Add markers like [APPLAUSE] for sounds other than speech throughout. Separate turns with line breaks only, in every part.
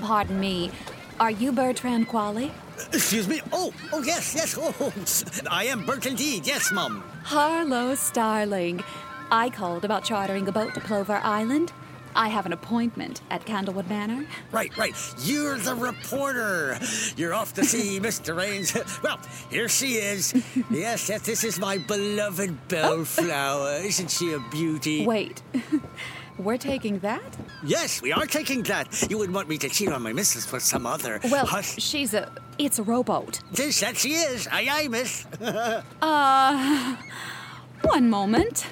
Pardon me. Are you Bertrand Qualley?
Excuse me? Oh, oh, yes, yes. Oh, [LAUGHS] I am Bert indeed. Yes, Mum.
Harlow Starling. I called about chartering a boat to Clover Island. I have an appointment at Candlewood Manor.
Right, right. You're the reporter. You're off to see Mr. Rains. [LAUGHS] Well, here she is. Yes, yes, this is my beloved Bellflower. Isn't she a beauty?
Wait. [LAUGHS] We're taking that?
Yes, we are taking that. You wouldn't want me to cheat on my missus for some other.
Well,
Hush.
she's a. It's a rowboat.
This, that she is. Aye, aye, miss.
Uh. One moment.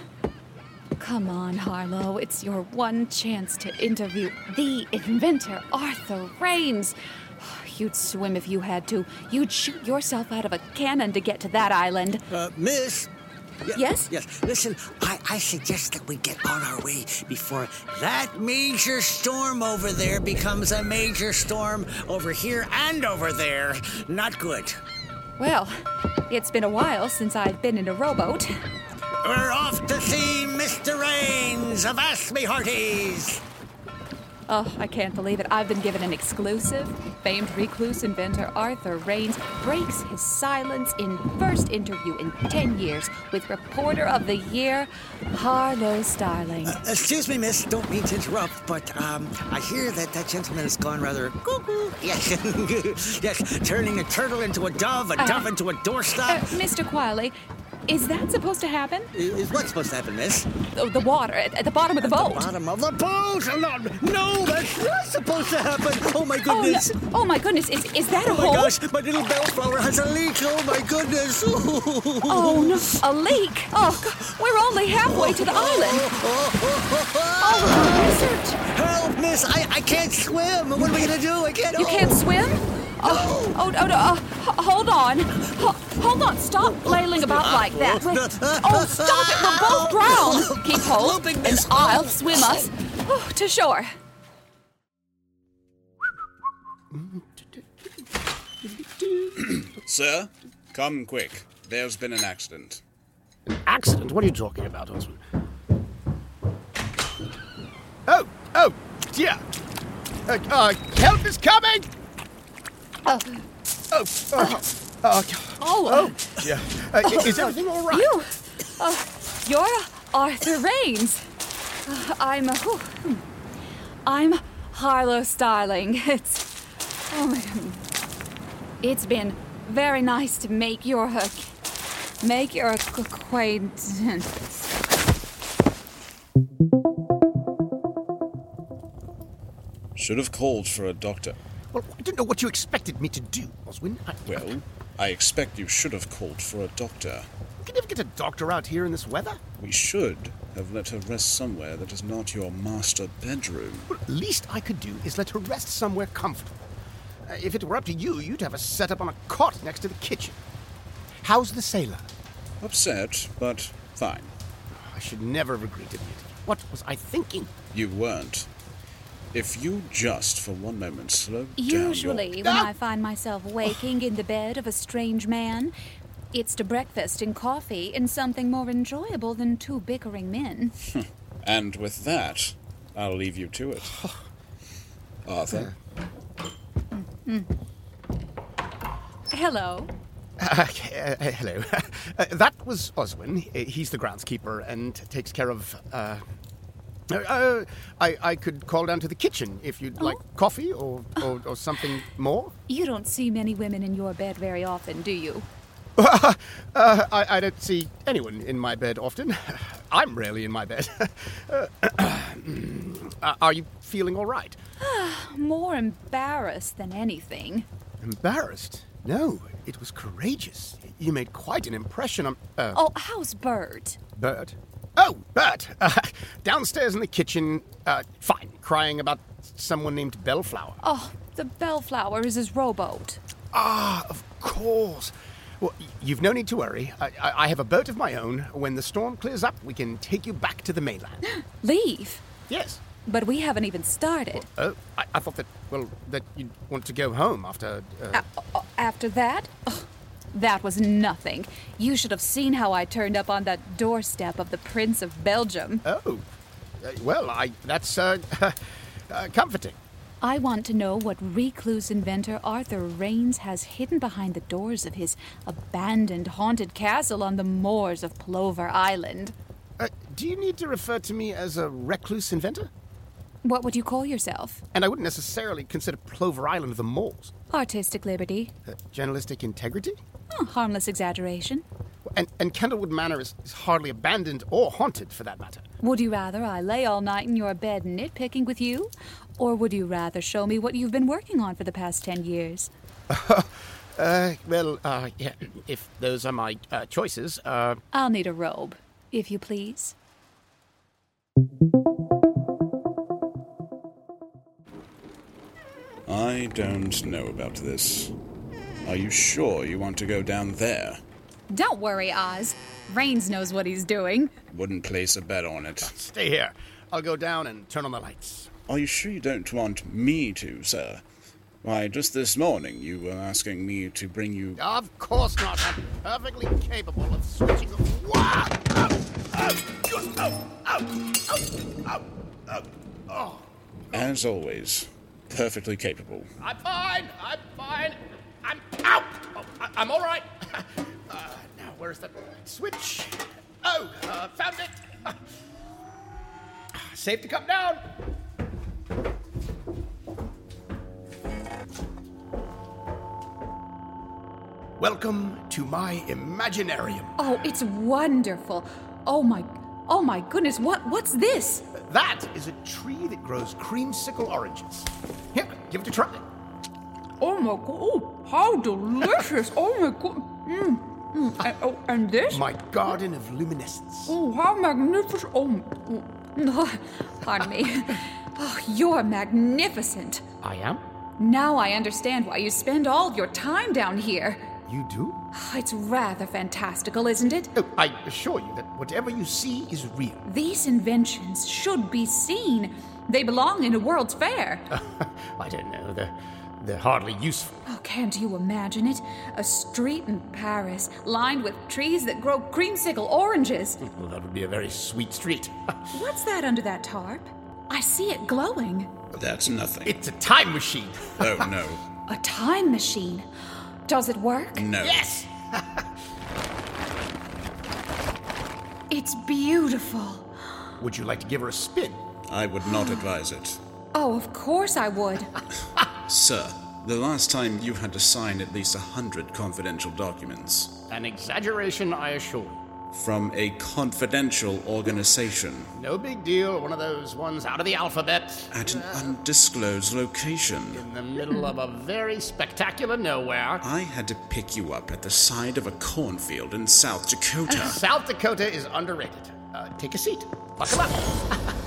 Come on, Harlow. It's your one chance to interview the inventor, Arthur Raines. You'd swim if you had to. You'd shoot yourself out of a cannon to get to that island.
Uh, miss? Ye-
Yes?
Yes. Listen, I, I suggest that we get on our way before that major storm over there becomes a major storm over here and over there. Not good.
Well, it's been a while since I've been in a rowboat.
We're off to see Mr. Rains of Ask Me Hearties.
Oh, I can't believe it. I've been given an exclusive. Famed recluse inventor Arthur Raines breaks his silence in first interview in 10 years with Reporter of the Year, Harlow Starling.
Excuse me, miss. Don't mean to interrupt, but um, I hear that that gentleman has gone rather cuckoo. Yes, [LAUGHS] yes, turning a turtle into a dove, a dove into a
Uh-huh. Uh,
doorstop.
Mr. Quiley, is that supposed to happen?
I- Is what's supposed to happen, miss?
Oh, the water at, at the bottom of the boat.
Bottom of the boat! Oh, No, no, that's not supposed to happen! Oh my
oh,
goodness!
no. oh my goodness, is, is that a
Oh my
hole?
gosh, my little bellflower has a leak! Oh my goodness! [LAUGHS]
Oh no, a leak. Oh, God. we're only halfway to the
[LAUGHS]
island. Oh, research.
Help, miss! I, I can't swim! What are we gonna do? I can't.
You
oh.
can't swim? Oh, oh, oh, no, uh, h- hold on. Ho- hold on, stop flailing about like that. Wait. Oh, stop it, we'll both drown. Keep hold,
Looping
and
this.
I'll swim us oh, to shore.
Sir, come quick. There's been an accident.
Accident? What are you talking about, Osman? Oh, oh, dear. Uh, uh, help is coming!
Oh,
Oh, oh, oh,
oh, uh,
dear. Uh, i- is everything all right?
you. Uh, you're Arthur Raines. Uh, I'm, uh, whew, hmm. I'm Harlow Starling. [LAUGHS] It's, oh my God. It's been very nice to make your, uh, make your acquaintance.
Should have called for a doctor.
Well, I don't know what you expected me to do, Oswin. I,
Well, I expect you should have called for a doctor.
I can never get a doctor out here in this weather.
We should have let her rest somewhere that is not your master bedroom.
Well, least I could do is let her rest somewhere comfortable. Uh, if it were up to you, you'd have her set up on a cot next to the kitchen. How's the sailor?
Upset, but fine.
I should never have agreed to it. What was I thinking?
You weren't. If you just for one moment slow down.
Usually,
Your...
when I find myself waking in the bed of a strange man, it's to breakfast and coffee and something more enjoyable than two bickering men.
And with that, I'll leave you to it. Arthur,
Hello.
Uh, uh, hello. [LAUGHS] Uh, that was Oswin. Uh, He's the groundskeeper and takes care of. Uh, uh, uh, I, I could call down to the kitchen if you'd like coffee or, or, or something more. [LAUGHS]
You don't see many women in your bed very often, do you?
Uh, I, I don't see anyone in my bed often. [SIGHS] I'm rarely in my bed. [LAUGHS] Uh, uh, [CLEARS THROAT] are you feeling all right?
More embarrassed than anything.
Embarrassed? No, it was courageous. You made quite an impression on. Uh,
Oh, how's Bert?
Bert? Oh, Bert! Uh, [LAUGHS] downstairs in the kitchen, uh, fine, crying about someone named Bellflower.
Oh, the bellflower is his rowboat.
Ah, of course. Well, y- you've no need to worry. I, I, I have a boat of my own. When the storm clears up, we can take you back to the mainland.
Leave.
yes.
But we haven't even started.
Oh, I, I thought that, well, that you'd want to go home after. Uh,
A- a- After that? Ugh, that was nothing. You should have seen how I turned up on that doorstep of the Prince of Belgium.
oh. [LAUGHS] Uh, well, I, that's uh, uh, comforting.
I want to know what recluse inventor Arthur Raines has hidden behind the doors of his abandoned haunted castle on the moors of Plover Island.
Uh, do you need to refer to me as a recluse inventor?
What would you call yourself?
And I wouldn't necessarily consider Plover Island the moles.
Artistic liberty?
Uh, journalistic integrity?
Oh, harmless exaggeration?
And, and Candlewood Manor is, is hardly abandoned or haunted, for that matter.
Would you rather I lay all night in your bed nitpicking with you? Or would you rather show me what you've been working on for the past ten years?
Uh, well, uh, yeah, if those are my uh, choices, uh,
I'll need a robe, if you please.
I don't know about this. Are you sure you want to go down there?
Don't worry, Oz. Rains knows what he's doing.
Wouldn't place a bet on it.
stay here. I'll go down and turn on the lights.
Are you sure you don't want me to, sir? Why, just this morning you were asking me to bring you.
Of course not. I'm perfectly capable of switching. Wow! Oh, oh, good. Oh, oh, oh, oh, oh, oh.
As always, perfectly capable.
I'm fine. I'm fine. I'm out. Oh, I, I'm all right. [LAUGHS] uh, now, where's the switch? Oh, uh, found it. Ah, Safe to come down. Welcome to my Imaginarium.
Oh, it's wonderful. Oh my oh my goodness, what what's this?
That is a tree that grows creamsicle oranges. Here, give it a try.
Oh my god, oh, how delicious. oh my god. Mm, mm. And, oh, and this?
My garden of luminescence.
Oh, how magnificent. Oh, m- mm. Oh, [LAUGHS] pardon me. Oh, you're magnificent.
I am?
Now I understand why you spend all your time down here. Oh,
You do?
It's rather fantastical, isn't it?
Oh, I assure you that whatever you see is real.
These inventions should be seen. They belong in a World's Fair.
I don't know. They're, they're hardly useful.
Oh, can't you imagine it? A street in Paris lined with trees that grow creamsicle oranges.
Well, that would be a very sweet street.
What's that under that tarp? I see it glowing.
That's nothing.
it's a time machine.
[LAUGHS] Oh, no.
A time machine. Does it work?
No.
Yes.
It's beautiful.
Would you like to give her a spin?
I would not advise it.
Oh, of course I would.
Sir, the last time you had to sign at least a hundred confidential documents
An exaggeration, I assure you.
from a confidential organization
No big deal. One of those ones out of the alphabet
at an undisclosed location.
in the middle of a very spectacular nowhere.
I had to pick you up at the side of a cornfield in South Dakota.
[LAUGHS] South Dakota is underrated. Uh, take a seat. Buckle up.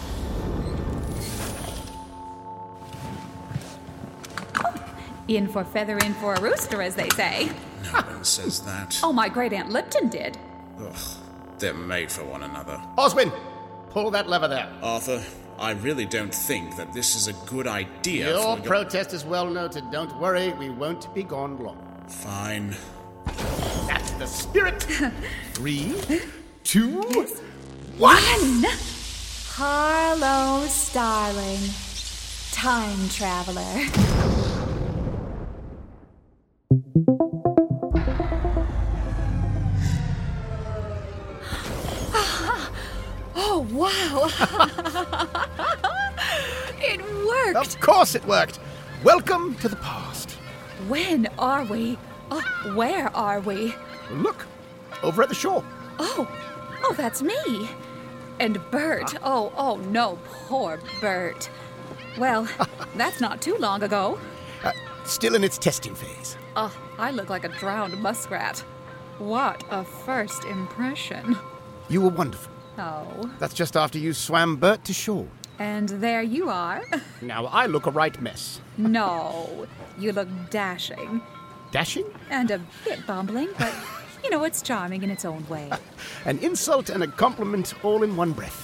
In for feather, in for a rooster, as they say.
no one says that.
Oh, my great aunt Lipton did.
Ugh, they're made for one another.
Oswin, pull that lever there.
Arthur, I really don't think that this is a good idea.
Your
for your-
protest is well noted. Don't worry, we won't be gone long.
Fine.
That's the [LAUGHS] spirit. Three, two, one.
Harlow Starling, time traveler. [GASPS] Oh, wow! [LAUGHS] it worked!
Of course it worked. Welcome to the past.
When are we? Oh, where are we?
Look, over at the shore.
Oh, oh, that's me. And Bert.
Ah.
Oh, oh no, poor Bert.
[LAUGHS]
Well, that's not too long ago.
Uh, still in its testing phase.
Oh, I look like a drowned muskrat. What a first impression.
You were wonderful.
Oh,
That's just after you swam Bert to shore.
and there you are. [LAUGHS]
Now I look a right mess.
no, you look dashing
Dashing?
and a bit bumbling,
[LAUGHS]
but you know, it's charming in its own way.
An insult and a compliment all in one breath.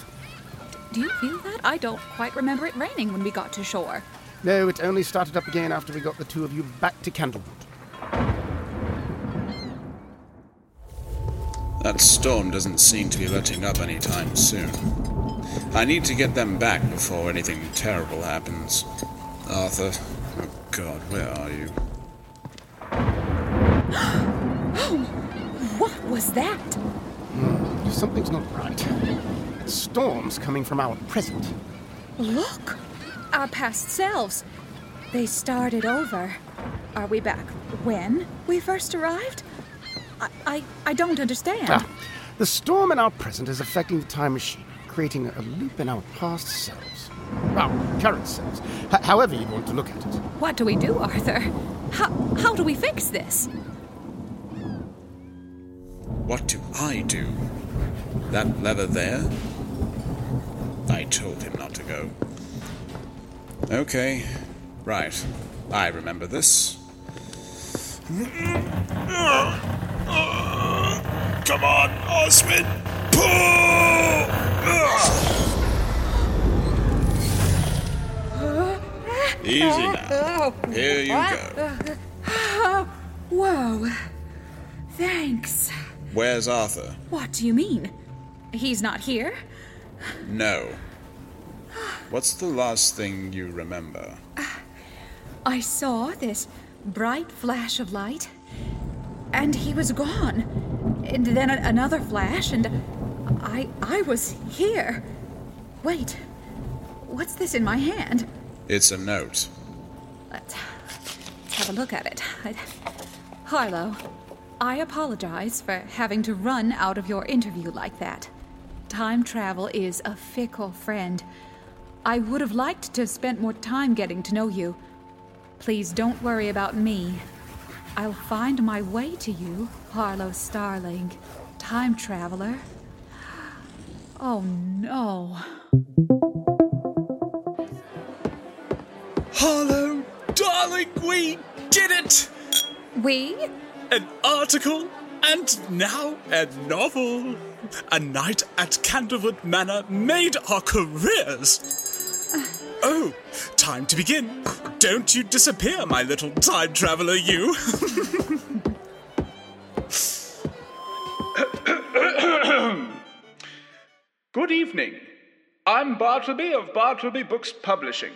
Do you feel that? I don't quite remember it raining when we got to shore.
No, it only started up again after we got the two of you back to Candlewood.
That storm doesn't seem to be letting up anytime soon. I need to get them back before anything terrible happens. Arthur. Oh god, where are you?
What was that?
Something's not right. Storm's coming from our present.
Look, our past selves. They started over. Are we back when we first arrived? I, I, I don't understand.
Ah, the storm in our present is affecting the time machine, creating a loop in our past selves. Our current selves. H- however you want to look at it.
What do we do, Arthur? How, how do we fix this?
What do I do? That lever there? I told him not to go. Okay, right. I remember this. Come on, Oswin! Pull! Easy now.
Oh,
Here you go.
whoa. Thanks.
Where's Arthur?
What do you mean? He's not here?
No. What's the last thing you remember?
I saw this bright flash of light, and he was gone. And then a- another flash, and I I was here. Wait, what's this in my hand?
It's a note.
Let's, let's have a look at it. I, Harlow, I apologize for having to run out of your interview like that. Time travel is a fickle friend. I would have liked to have spent more time getting to know you. Please don't worry about me. I'll find my way to you, Harlow Starling, time traveler. Oh no.
Harlow, darling, we did it!
We?
An article, and now a novel. A night at Candlewood Manor made our careers. Oh, time to begin. Don't you disappear, my little time traveler, you.
Good evening. I'm Bartleby of Bartleby Books Publishing.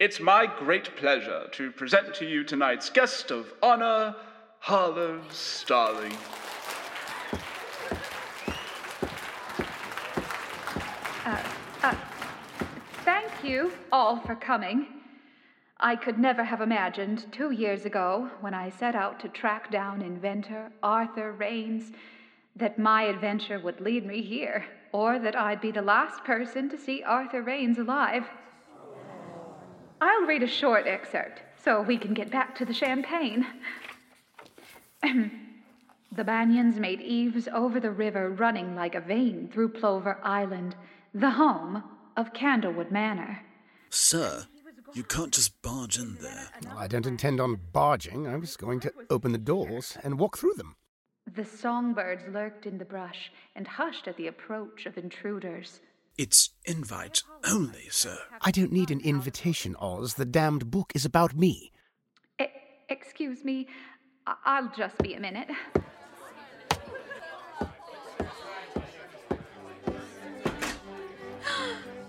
It's my great pleasure to present to you tonight's guest of honor, Harlow Starling.
Thank you all for coming. I could never have imagined two years ago, when I set out to track down inventor Arthur Raines, that my adventure would lead me here, or that I'd be the last person to see Arthur Raines alive. I'll read a short excerpt so we can get back to the champagne. The Banyans made eaves over the river running like a vein through Plover Island, the home of Candlewood Manor.
Sir, you can't just barge in there.
I don't intend on barging. I was going to open the doors and walk through them.
The songbirds lurked in the brush and hushed at the approach of intruders.
It's invite only, sir.
I don't need an invitation, Oz. The damned book is about me.
E- excuse me, I- I'll just be a [GASPS] minute.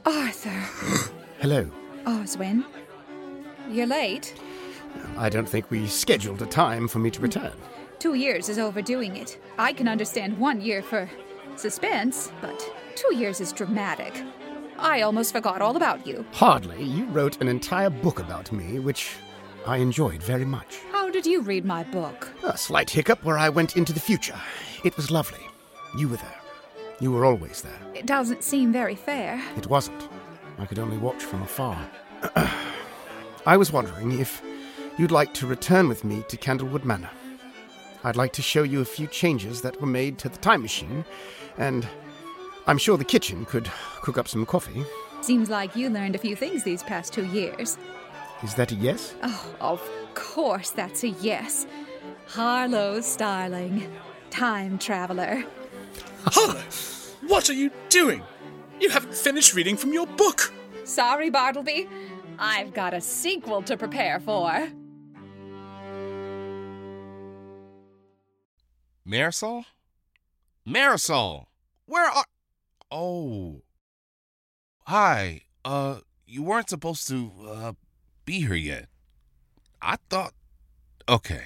Oh,
Arthur,
Hello.
Oswin,
you're late.
I don't think we scheduled a time for me to return.
two years is overdoing it. I can understand one year for suspense, but two years is dramatic. I almost forgot all about you.
Hardly. You wrote an entire book about me, which I enjoyed very much.
How did you read my book?
A slight hiccup where I went into the future. It was lovely. You were there. You were always there.
It doesn't seem very fair.
It wasn't. I could only watch from afar. [CLEARS THROAT] I was wondering if you'd like to return with me to Candlewood Manor. I'd like to show you a few changes that were made to the time machine, and I'm sure the kitchen could cook up some coffee.
Seems like you learned a few things these past two years.
Is that a yes?
Oh, of course, that's a yes. Harlow Starling, time traveler.
Harlow, what are you doing? You haven't finished reading from your book.
Sorry, Bartleby. I've got a sequel to prepare for.
Marisol? Marisol, where are. Oh. Hi. Uh, you weren't supposed to, uh, be be here yet. I thought. Okay.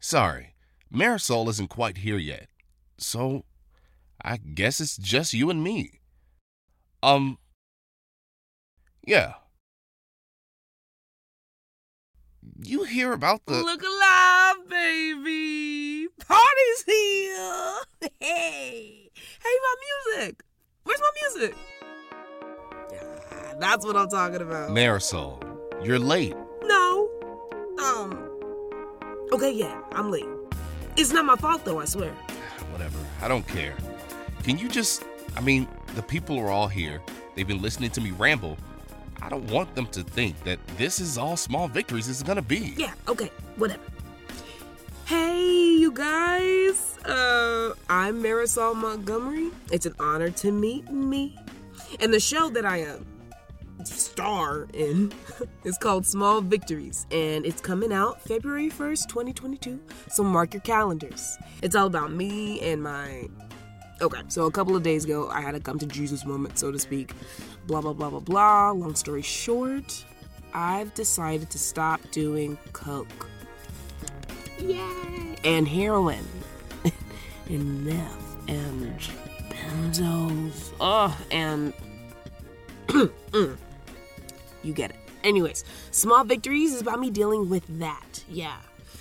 Sorry. Marisol isn't quite here yet. So, I guess it's just you and me. Um. Yeah. You hear about the.
Look alive, baby! Party's here! [LAUGHS] Hey! Hey, my music! Where's my music? Ah, That's what I'm talking about.
Marisol, you're late.
No. Um. Okay, yeah, I'm late. It's not my fault though, I swear.
Whatever. I don't care. Can you just. I mean, the people are all here. They've been listening to me ramble. I don't want them to think that this is all small victories is gonna be.
Yeah, okay, whatever. Hey, you guys. Uh, I'm Marisol Montgomery. It's an honor to meet me. And the show that I am star in [LAUGHS] is called Small Victories, and it's coming out February 1st, 2022. So mark your calendars. It's all about me and my. Okay, so a couple of days ago, I had a come to Jesus moment, so to speak. Blah, blah, blah, blah, blah. Long story short, I've decided to stop doing Coke and heroin [LAUGHS] and meth and benzos. Ugh, and Mm. you get it. Anyways, small victories is about me dealing with that. Yeah.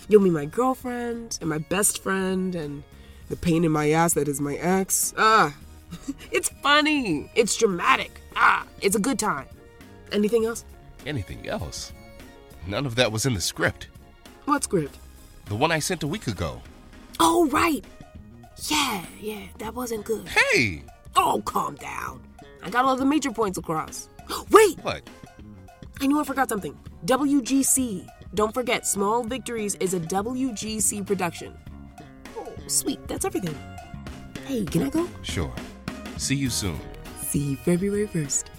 You'll meet my girlfriend and my best friend and the pain in my ass that is my ex. Ah. [LAUGHS] it's funny. It's dramatic. Ah, it's a good time. Anything else?
Anything else? None of that was in the script.
What script?
The one I sent a week ago.
Oh, right. Yeah, yeah, that wasn't good.
Hey!
Oh, calm down. I got all the major points across. [GASPS] Wait,
What?
I knew I forgot something. WGC. Don't forget, Small Victories is a WGC production. Oh, sweet. That's everything. Hey, can I go?
Sure. See you soon.
See you February 1st.